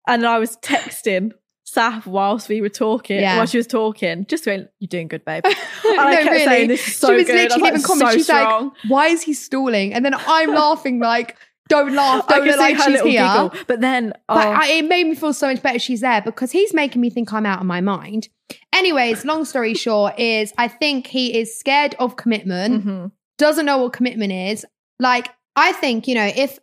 and I was texting Saf whilst we were talking,
Yeah.
while she was talking, just going, You're doing good, babe. And I
No,
kept
really.
saying, This is so
she was
good. I
literally
was like,
giving
"So
comments. She's
strong."
like, "Why is he stalling?" And then I'm laughing, like, "Don't laugh,
I
don't
could
look
see
like
her
she's
little
here."
giggle. But then,
But
oh,
I, it made me feel so much better she's there because he's making me think I'm out of my mind. Anyways, long story short is I think he is scared of commitment,
Mhm.
doesn't know what commitment is. Like I think, you know, if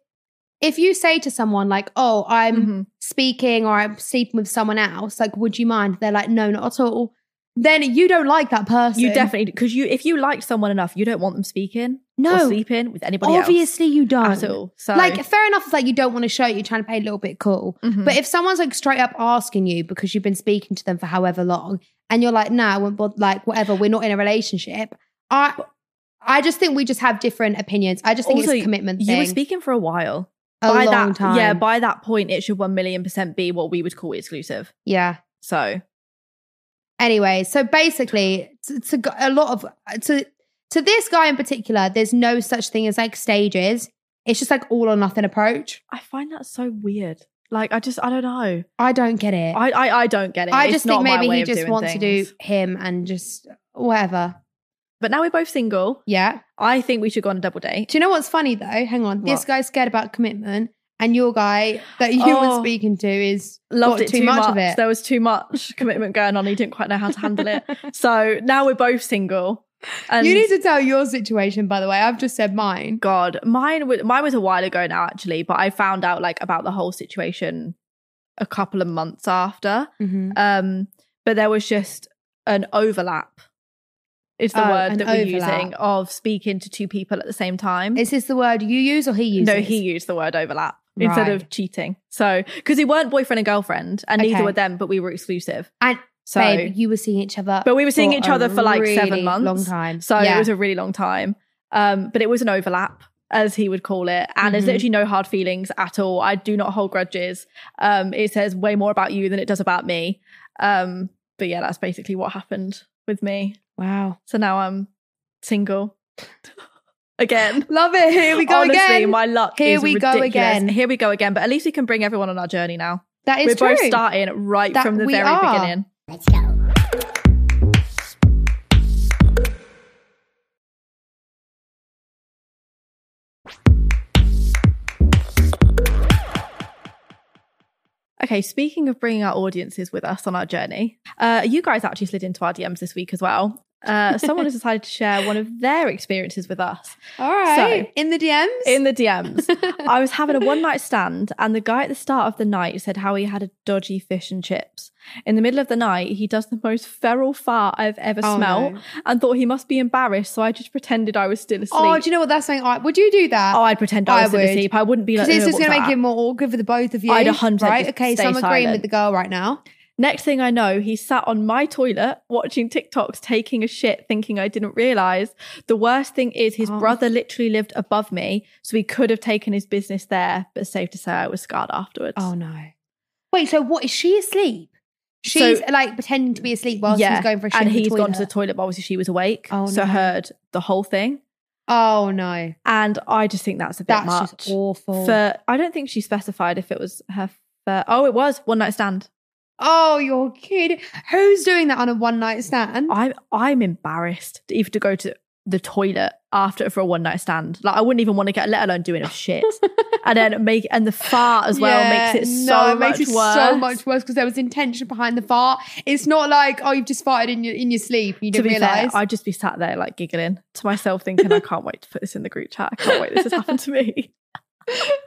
if you say to someone like, "Oh, I'm
Mhm.
speaking or I'm sleeping with someone else, like would you mind?" They're like, "No, not at all." Then you don't like that person.
You definitely because you if you like someone enough, you don't want them speaking or
No.
sleeping with anybody
Obviously you don't.
else at all. So
Like fair enough like you don't want to show it, you're trying to play a little bit cool.
mhm.
But if someone's like straight up asking you because you've been speaking to them for however long, and you're like, "No, I won't bother," like whatever, we're not in a relationship. I, I just think we just have different opinions. I just think
Also,
it's a commitment
you
thing.
were speaking for a while.
a long
that
time.
yeah, by that point, it should one million percent be what we would call exclusive.
yeah.
So
Anyway, so basically, to, to go- a lot of to to this guy in particular, there's no such thing as like stages. It's just like all or nothing approach.
I find that so weird. Like I just I don't know.
I don't get it.
I I, I don't get it.
I
It's
just think
not my
maybe
way
he
of
just
doing
wants
things.
to do him and just whatever.
But now we're both single.
Yeah.
I think we should go on a double date.
Do you know what's funny though? Hang on. This
What?
guy's scared about commitment, and your guy that you
Oh.
were speaking to is
Loved
got
it too, much. There was too much commitment going on. He didn't quite know how to handle it. So now we're both single. And
you need to tell your situation, by the way. I've just said mine.
God, mine was mine was a while ago now actually, but I found out like about the whole situation a couple of months after. Um, but there was just an overlap. Is the
Oh,
word
an
that we're
overlap.
using of speaking to two people at the same time?
Is this the word you use or he uses?
No, he used the word overlap instead
Right.
of cheating. So because he weren't boyfriend and girlfriend, and neither
Okay.
were them, but we were exclusive.
And,
so,
Babe, you were seeing each other.
but we were seeing
for
each
a
other for like
really
seven months.
Long time.
So
yeah.
it was a really long time. Um, but it was an overlap, as he would call it. And there's
Mhm.
literally no hard feelings at all. I do not hold grudges. Um, it says way more about you than it does about me. Um, but yeah, that's basically what happened with me.
wow.
So now I'm single again.
Love it. Here we go
Honestly,
again.
my luck.
Here
is
we go
ridiculous.
again.
Here we go again. But at least we can bring everyone on our journey now.
that is
We're
true.
both starting right
That
from the
we
very
are.
beginning. Okay, speaking of bringing our audiences with us on our journey, uh, you guys actually slid into our DMs this week as well. Uh, someone has decided to share one of their experiences with us
All right.
So-
in the DMs.
in the DMs. I was having a one night stand, and the guy at the start of the night said how he had a dodgy fish and chips. In the middle of the night, he does the most feral fart I've ever
Oh,
smelt
no.
and thought he must be embarrassed. So I just pretended I was still asleep.
Oh, do you know what? That's something I would you do that?
Oh, I'd pretend I
I
was still
would.
asleep. I wouldn't be like,
Because it's
"Ugh,
just
what's
going to make
that?"
it more awkward for the both of you.
I'd 100%
Right?
just
Okay,
stay
so I'm agreeing
silent.
with the girl right now.
Next thing I know, he sat on my toilet watching TikToks, taking a shit, thinking I didn't realize. The worst thing is his
Oh.
brother literally lived above me, so he could have taken his business there, but safe to say I was scarred afterwards.
Oh, no. Wait, so what? Is she asleep? She's like pretending to be asleep while
Yeah,
she's going for a shit.
and
in the
he's gone to the
toilet.
toilet, but obviously she was awake,
Oh,
so
no.
heard the whole thing.
Oh, no.
And I just think that's a bit
That's
much.
just awful.
For I don't think she specified if it was her. fir- oh, it was one night stand.
oh, you're kidding. Who's doing that on a one night stand?
I'm I'm embarrassed to even to go to the toilet after for a one night stand. Like I wouldn't even want to get, let alone doing a shit, and then make and the fart as well
Yeah,
makes it so
no, it
much
makes it
worse.
so much worse because there was intention behind the fart. It's not like oh you've just farted in your in your sleep and you
to be
didn't realize.
fair, I'd just be sat there like giggling to myself, thinking, "I can't wait to put this in the group chat. I can't wait this has happened to me."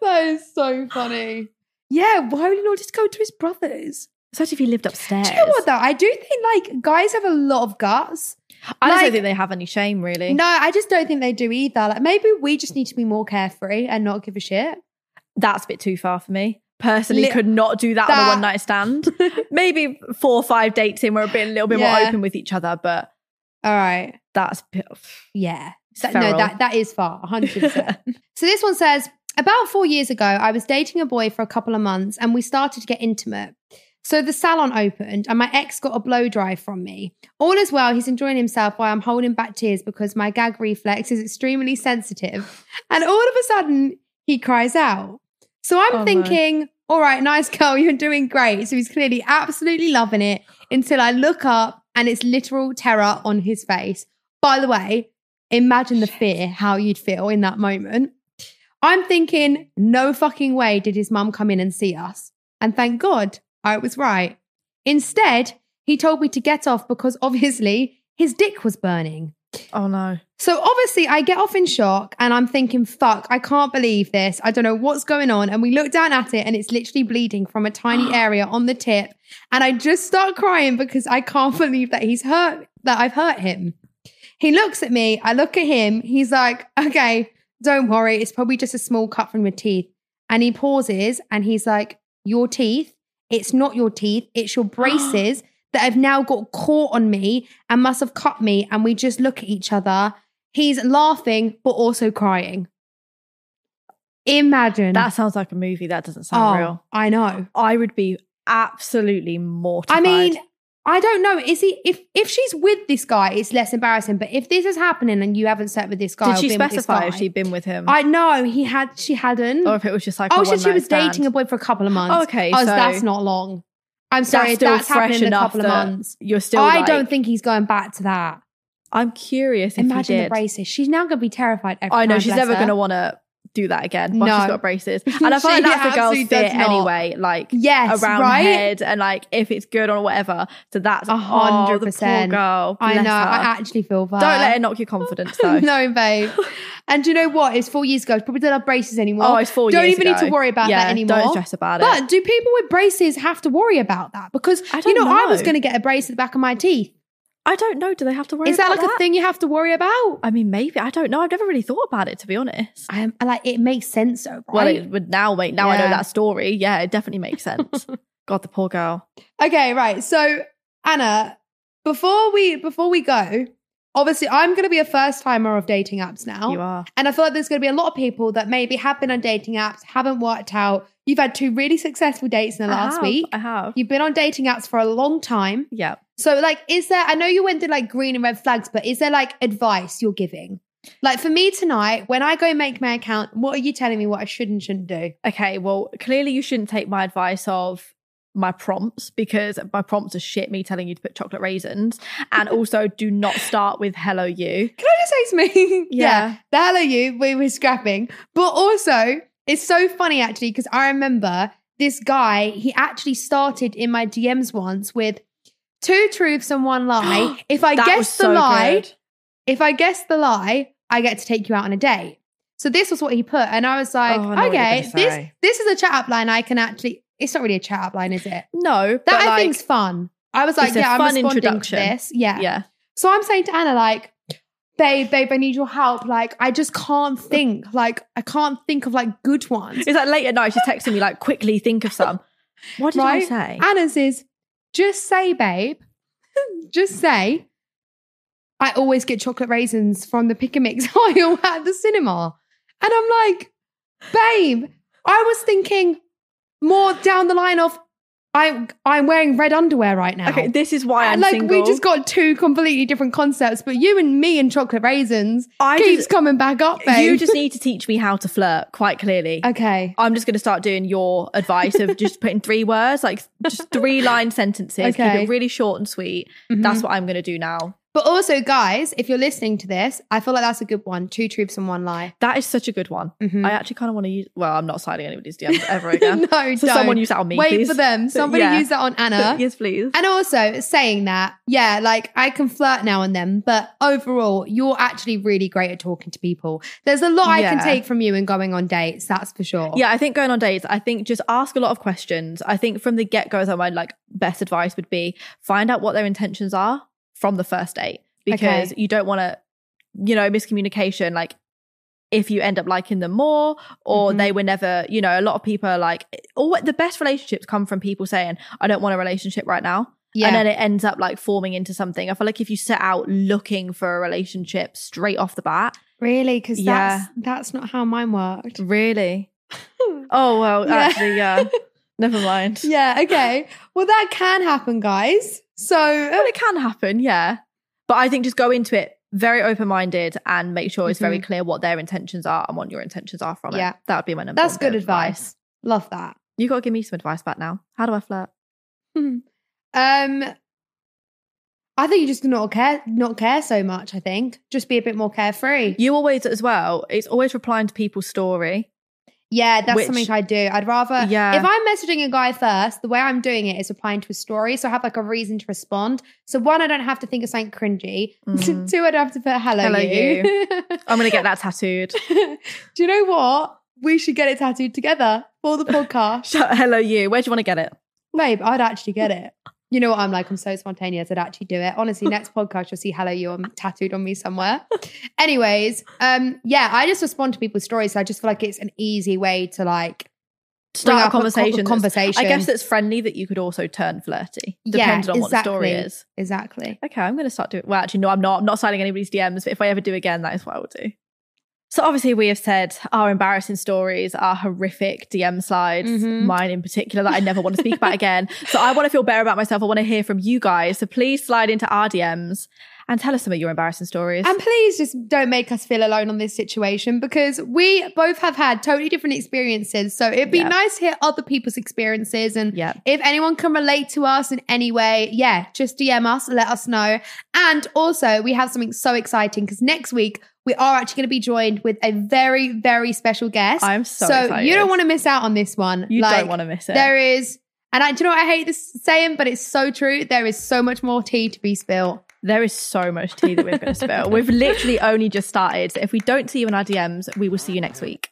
that is so funny. Yeah, why would he not just go to his brothers?
Especially if he lived upstairs.
Do you know what though? I do think like guys have a lot of guts.
I just
Like-
don't think they have any shame, really.
No, I just don't think they do either. Like maybe we just need to be more carefree and not give a shit.
That's a bit too far for me. Personally,
Li-
could not do that, on a
That-
one night stand. Maybe four or five dates in, we're a bit a little bit more
Yeah.
open with each other, but
All right.
that's a bit.
Yeah.
It's
That- no,
feral.
that that is far, 100%. so this one says, about 4 years ago, I was dating a boy for a couple of months and we started to get intimate. So the salon opened and my ex got a blow dry from me. All is well, he's enjoying himself while I'm holding back tears because my gag reflex is extremely sensitive. And all of a sudden, he cries out. So I'm
Oh, no.
thinking, all right, nice girl, you're doing great. So he's clearly absolutely loving it until I look up and it's literal terror on his face. By the way, imagine the fear, how you'd feel in that moment. I'm thinking, no fucking way did his mum come in and see us. And thank God I was right. Instead, he told me to get off because obviously his dick was burning.
Oh no.
So obviously, I get off in shock and I'm thinking, fuck, I can't believe this. I don't know what's going on. And we look down at it and it's literally bleeding from a tiny area on the tip. And I just start crying because I can't believe that he's hurt, that I've hurt him. He looks at me. I look at him. He's like, okay, don't worry. It's probably just a small cut from your teeth. And he pauses and he's like, your teeth? It's not your teeth. It's your braces that have now got caught on me and must have cut me. And we just look at each other. He's laughing, but also crying. Imagine. Oh,
That sounds like a movie. That doesn't sound real.
I know.
I would be absolutely mortified.
I mean, I don't know. Is he if if she's with this guy, it's less embarrassing. But if this is happening and you haven't slept with this guy,
did
or
she
been with this
specify if
guy-
she'd been with him?
I know he had. She hadn't.
or if it was just like
oh,
a
she, she
one-night
was
stand?
dating a boy for a couple of months.
Okay,
oh,
so
so that's not long. I'm sorry,
still
that's,
fresh
happening in a
enough
couple of
that
months.
You're still.
I
like-
don't think he's going back to that.
I'm curious if
Imagine
he
the
did.
braces. She's now going to be terrified. Every
I know
time,
she's
bless
never
her.
going to want to do that again once
No.
she's got braces. And I feel like
She
that's the girl's
absolutely
fear
does not.
anyway. Like
Yes,
around
right? Oh,
the head and like if it's good or whatever. So that's
A
a
hundred
hundred percent.
percent.
girl.
I
bless
know. I
her.
actually feel bad.
Don't let it knock your confidence though.
no, babe. And do you know what? It's four years ago. She Probably don't have braces anymore.
Oh, it's four
Don't
years
even need to
ago.
worry about
yeah,
that anymore.
Don't stress about it.
But do people with braces have to worry about that? Because
I
you know,
don't
I was
know.
going to get a brace at the back of my teeth.
I don't know. Do they have to worry?
Is that
about
like a thing you have to worry about?
I mean, maybe. I don't know. I've never really thought about it to be honest.
I am I like it makes sense, though,
Well,
right?
it would now wait. Now I know
Yeah.
that story. Yeah, it definitely makes sense. God, the poor girl.
okay, right. So Anna, before we before we go, obviously I'm going to be a first timer of dating apps now.
You are.
And I feel like there's going to be a lot of people that maybe have been on dating apps, haven't worked out. You've had two really successful dates in the
I
last
have,
week.
I have.
You've been on dating apps for a long time.
Yeah.
So, like, is there, I know you went through like green and red flags, but is there like advice you're giving? Like, for me tonight, when I go make my account, what are you telling me what I should and shouldn't do?
Okay, well, clearly you shouldn't take my advice of my prompts because my prompts are shit me telling you to put chocolate raisins. And also do not start with hello you.
Can I just say something? The hell are you? We were scrapping. But also, it's so funny actually, because I remember this guy, he actually started in my DMs once with two truths and one lie. if I
That was
guess the
so
lie,
good.
if I guess the lie, I get to take you out on a date. So this was what he put, and I was like,
Oh, I know what you're
okay,
gonna
this
say.
this is a chat up line I can actually. It's not really a chat up line, is it? That
No, but
I
like,
think's fun. I was like,
it's a
yeah, I'm
fun
responding to
introduction.
this. Yeah.
yeah.
So I'm saying to Anna, like, babe, babe, I need your help. Like, I just can't think. Like, I can't think of like good ones.
It's like late at night, she's texting me, like, quickly think of some. What did I
Right?
say?
Anna's is just say, babe, just say. I always get chocolate raisins from the pick and mix aisle at the cinema, and I'm like, babe, I was thinking more down the line of, I'm I'm wearing red underwear right now.
Okay, this is why I'm
And, like
single.
we just got two completely different concepts, but you and me and chocolate raisins
I
keeps
just-
coming back up, babe.
you just need to teach me how to flirt, quite clearly.
okay.
I'm just going to start doing your advice of just putting three words, like just three line sentences, keep
Okay.
it really short and sweet.
Mhm.
That's what I'm going to do now.
But also, guys, if you're listening to this, I feel like that's a good one. Two truths and one lie.
That is such a good one.
Mhm.
I actually kind of want to use. Well, I'm not signing anybody's DMs ever again.
no, don't.
so someone use that on me,
Wait
please.
for them. Somebody
yeah.
use that on Anna.
yes, please.
And also saying that, yeah, like I can flirt now and then, but overall, you're actually really great at talking to people. There's a lot I can
Yeah.
take from you in going on dates, that's for sure.
Yeah, I think going on dates, I think just ask a lot of questions. I think from the get go, though, my like best advice would be find out what their intentions are from the first date because you don't want to, you know, miscommunication. Like if you end up liking them more, or
Mhm.
they were never, you know, a lot of people are like, all the best relationships come from people saying, "I don't want a relationship right now."
Yeah.
And then it ends up like forming into something. I feel like if you set out looking for a relationship straight off the bat,
really? Because
Yeah.
that's that's not how mine worked.
Really? oh well,
Yeah.
actually, yeah. Never mind.
yeah, okay. Well, that can happen, guys. So
Well, it can happen, yeah. But I think just go into it very open-minded and make sure it's very clear what their intentions are and what your intentions are from it.
Mm-hmm. Yeah.
that would be my number.
that's
one bit
good
of
advice. Love that.
You got to give me some advice back now. How do I flirt?
Um, I think you just not care, not care so much. I think just be a bit more carefree.
You always, as well. It's always replying to people's story.
Yeah, that's
Which-
something I do. I'd rather
Yeah.
if I'm messaging a guy first, the way I'm doing it is replying to a story, so I have like a reason to respond. So one, I don't have to think of something cringy.
Mhm.
Two, I don't have to put hello,
Hello,
you.
I'm gonna get that tattooed.
do you know what? We should get it tattooed together for the podcast,
Shout, hello, you. Where do you want to get it?
babe. I'd actually get it. You know what I'm like? I'm so spontaneous. I'd actually do it. Honestly, next podcast you'll see hello you on tattooed on me somewhere. Anyways, um, yeah, I just respond to people's stories. So I just feel like it's an easy way to like bring
Start a
up co-
conversation. that's-
conversation.
I guess it's friendly that you could also turn flirty,
Yeah,
depending on what the story
exactly.
is.
exactly.
Okay, I'm going to start doing. Well, actually, no, I'm not. I'm not signing anybody's DMs, but if I ever do again, that is what I will do. So obviously, we have said our embarrassing stories, our horrific DM slides,
Mhm.
mine in particular, that I never want to speak about again. So I want to feel better about myself. I want to hear from you guys. So please slide into our DMs and tell us some of your embarrassing stories.
And please just don't make us feel alone on this situation because we both have had totally different experiences. So it'd be
Yeah.
nice to hear other people's experiences. And
yeah,
if anyone can relate to us in any way, yeah, just DM us, let us know. And also, we have something so exciting because next week we are actually going to be joined with a very, very special guest.
I'm so, excited.
you don't want to miss out on this one.
you
Like,
don't want to miss it.
There is, and I, do you know what I hate this saying, but it's so true. There is so much more tea to be spilt.
There is so much tea that we're going to spill. We've literally only just started. So if we don't see you in our DMs, we will see you next week.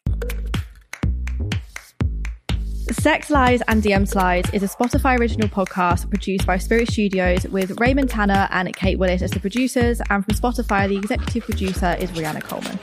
Sex Lies and DM Slides is a Spotify original podcast produced by Spirit Studios with Raymond Tanner and Kate Willett as the producers. And from Spotify, the executive producer is Rihanna Coleman.